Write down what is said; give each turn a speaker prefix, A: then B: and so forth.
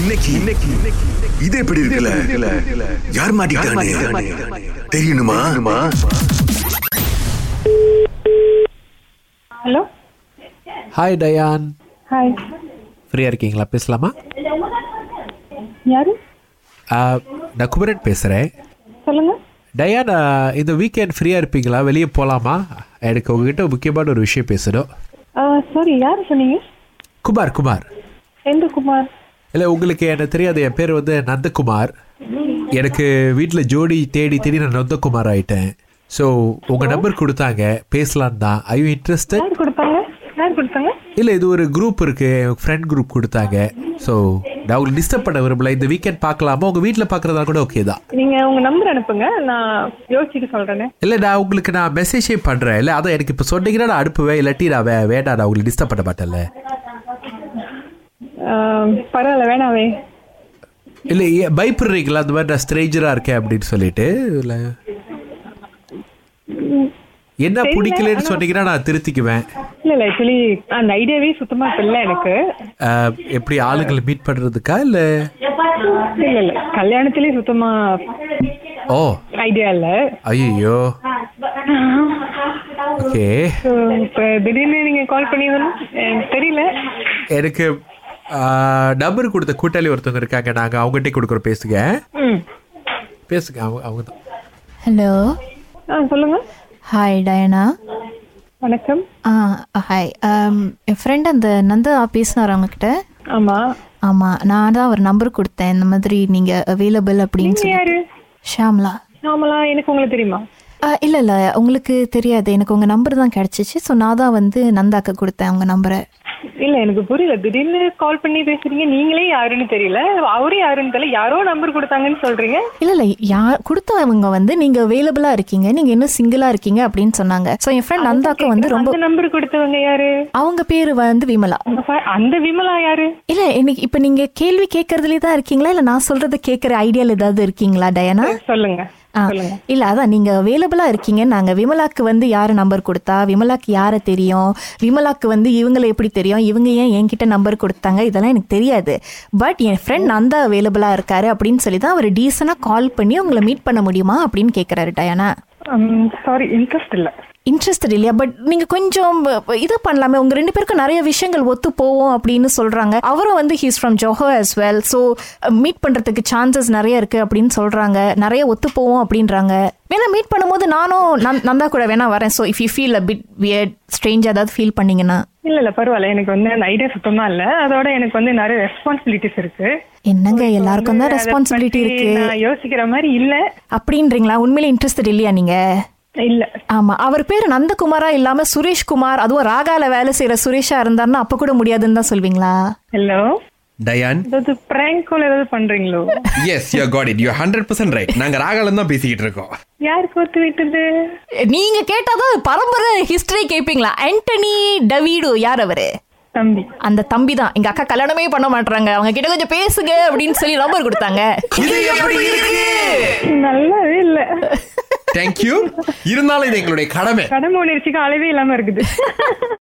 A: இன்னைக்கு இன்னைக்கு இன்னைக்கு- இது எப்படி இருக்குல்ல யார் மாட்டிக்கிட்டானே தெரியணுமா
B: ஹலோ
C: ஹாய் டயான்
B: ஹாய்
C: ஃப்ரீயாக இருக்கீங்களா பேசலாமா
B: யாரு
C: ஆ, நான் குமரன் பேசுகிறேன்
B: சொல்லுங்க
C: டயான் ஆ, இந்த வீக்கெண்ட் ஃப்ரீயாக இருப்பீங்களா வெளியே போகலாமா எனக்கு உங்ககிட்ட முக்கியமான ஒரு விஷயம் பேசணும்
B: சாரி யார் சொன்னீங்க
C: குமார் குமார்
B: எந்த குமார்
C: இல்லை உங்களுக்கு எனக்கு தெரியாது என் பேர் வந்து நந்தகுமார் எனக்கு வீட்டில் ஜோடி தேடி தேடி நான் நந்தகுமார் ஆயிட்டேன் ஸோ உங்கள் நம்பர் கொடுத்தாங்க பேசலான்னு தான் ஐ யூ இன்ட்ரெஸ்டட்
B: யார் கொடுத்தாங்க யார் கொடுத்தாங்க
C: இல்லை இது ஒரு குரூப் இருக்குது ஃப்ரெண்ட் குரூப் கொடுத்தாங்க ஸோ நான் உங்களுக்கு டிஸ்டர்ப் பண்ண விரும்பல இந்த வீக்கெண்ட் பார்க்கலாமா உங்கள் வீட்டில் பார்க்குறதா கூட ஓகே தான்
B: நீங்க உங்க நம்பர் அனுப்புங்க நான் யோசிச்சுட்டு சொல்றேனே
C: இல்லை நான் உங்களுக்கு நான் மெசேஜே பண்ணுறேன் இல்லை அதான் எனக்கு இப்போ சொன்னீங்கன்னா நான் அனுப்புவேன் இல்லாட்டி நான் வே வேண்டாம் நான் உங்களுக்கு டிஸ்டர்ப் பண்ண மாட்டேன்ல
B: ஆஹ், பரவாயில்ல வேணாவே
C: இல்லை ஏன் பயப்படுறீங்களா அந்த மாதிரி நான் ஸ்ட்ரேஞ்சராக இருக்கேன் அப்படின்னு சொல்லிட்டு இல்லை என்ன பிடிக்கலன்னு சொன்னீங்கன்னா நான் திருத்திக்குவேன்
B: இல்ல இல்ல ஆக்சுவலி அந்த ஐடியாவே சுத்தமா இப்ப இல்ல எனக்கு
C: அஹ், எப்படி ஆளுங்களை மீட் பண்ணுறதுக்கா இல்லை
B: இல்ல இல்ல கல்யாணத்திலே சுத்தமா
C: ஓ
B: ஐடியா இல்ல
C: ஐயோ ஓகே
B: So, இப்ப திடீர்னு நீங்க கால் பண்ணியதுன்னா எனக்கு தெரியல
C: எனக்கு நம்பர் கொடுத்த கூட்டாளி ஒருத்தவங்க இருக்காங்க நாங்கள் அவங்ககிட்டே கொடுக்குறோம் பேசுங்க
B: ம்
C: பேசுங்க அவங்க அவங்க தான்
D: ஹலோ
B: ஆ சொல்லுங்க
D: ஹாய் டயனா
B: வணக்கம்
D: ஆ ஹாய் ஆம், என் ஃப்ரெண்ட் அந்த நந்தா பேசினார் அவங்கக்கிட்ட
B: ஆமா
D: ஆமாம் நான் தான் ஒரு நம்பர் கொடுத்தேன் இந்த மாதிரி நீங்கள் அவைலபிள் அப்படின்னு சொல்லி
B: யாரு
D: ஷாம்லா
B: நாமளா எனக்கு உங்களுக்கு தெரியுமா
D: இல்லை இல்லை உங்களுக்கு தெரியாது எனக்கு உங்கள் நம்பர் தான் கிடச்சிச்சு ஸோ நான் தான் வந்து நந்தாக்கு கொடுத்தேன் உங்கள் நம்பரை
B: இல்ல எனக்கு புரியல திடீர்னு கால் பண்ணி பேசுறீங்க நீங்களே யாருன்னு தெரியல அவரே யாருன்னு தெரியல யாரோ நம்பர் கொடுத்தாங்கன்னு சொல்றீங்க
D: இல்லை இல்லை யார் கொடுத்தவங்க வந்து நீங்கள் அவைலபிளாக இருக்கீங்க நீங்கள் இன்னும் சிங்கிளாக இருக்கீங்க அப்படின்னு சொன்னாங்க ஸோ என் ஃப்ரெண்ட் நந்தாக்கு வந்து ரொம்ப
B: அந்த நம்பர் கொடுத்தவங்க யாரு
D: அவங்க பேர் வந்து விமலா
B: உங்க fa- அந்த விமலா யாரு
D: இல்லை எனக்கு இப்போ நீங்கள் கேள்வி கேட்கறதுலே தான் இருக்கீங்களா இல்லை நான் சொல்கிறத கேட்குற ஐடியாவில் ஏதாவது இருக்கீங்களா டயனா
B: சொல்லுங்க
D: ஆ, இல்ல அதான் நீங்க அவைலபிளா இருக்கீங்க நாங்க விமலாக்கு வந்து யாரு நம்பர் கொடுத்தா விமலாக்கு யாரை தெரியும் விமலாக்கு வந்து இவங்களை எப்படி தெரியும் இவங்க ஏன் என்கிட்ட நம்பர் கொடுத்தாங்க இதெல்லாம் எனக்கு தெரியாது பட் என் ஃப்ரெண்ட் நந்தா அவைலபிளா இருக்காரு அப்படின்னு சொல்லி தான் அவர் டீசனா கால் பண்ணி உங்களை மீட் பண்ண முடியுமா அப்படின்னு கேக்குறாரு டயானா
B: சாரி இன்ட்ரெஸ்ட் இல்ல
D: இன்ட்ரெஸ்ட் இல்லையா பட் நீங்க கொஞ்சம் இது பண்ணலாமே உங்க ரெண்டு பேருக்கும் நிறைய விஷயங்கள் ஒத்து போவோம் அப்படின்னு சொல்றாங்க அவரும் வந்து he's from Zoho as well so meet பண்றதுக்கு சான்சஸ் நிறைய இருக்கு அப்படின்னு சொல்றாங்க நிறைய ஒத்து போவோம் அப்படின்றாங்க வேணா மீட் பண்ணும்போது நானும் நந்- நந்தா கூட வேணா வரேன் so if you feel a bit weird strange ஏதாவது ஃபீல் பண்ணீங்கன்னா
B: இல்ல இல்ல பரவாயில்ல எனக்கு வந்து அந்த ஐடியா சுத்தமா இல்ல அதோட எனக்கு வந்து நிறைய ரெஸ்பான்சிபிலிட்டிஸ் இருக்கு
D: என்னங்க எல்லாருக்கும் தான்
B: அத
D: ரெஸ்பான்சிபிலிட்டி
B: பத்தி
D: இருக்கு
B: நான் யோசிக்கிற மாதிரி இல்ல
D: அப்படின்றீங்களா உண்மையிலே இன்ட்ரெஸ்ட் இல்லையா நீங்க
B: இல்ல
D: ஆமா அவர் பேர் நந்தகுமாரா இல்லாம சுரேஷ்குமார் அதுவும் ராகால வேலை செய்யற சுரேஷா இருந்தாருன்னா அப்ப கூட முடியாதுன்னு தான் சொல்வீங்களா
B: ஹலோ
E: டயான்
B: ஏதாவது பிராங்க் கால் ஏதாவது பண்றீங்களோ
E: yes you got it you hundred percent right நாங்க ராகாலம் தான் பேசிக்கிட்டு இருக்கோம்
B: யாருக்கு ஒத்து விட்டது
D: நீங்க கேட்டாதான் பரம்பரை ஹிஸ்டரி கேட்பீங்களா ஆண்டனி டவீடு யார் அவரு
B: தம்பி
D: அந்த தம்பி தான் எங்க அக்கா கல்யாணமே பண்ண மாட்டாங்க அவங்க கிட்ட கொஞ்சம் பேசுங்க அப்படின்னு சொல்லி நம்பர் கொடுத்தாங்க
B: நல்லாவே இல்ல
E: தேங்க்யூ இருந்தாலும் இது எங்களுடைய கடமை
B: கடமை உணர்ச்சிக்கு அளவே இல்லாம இருக்குது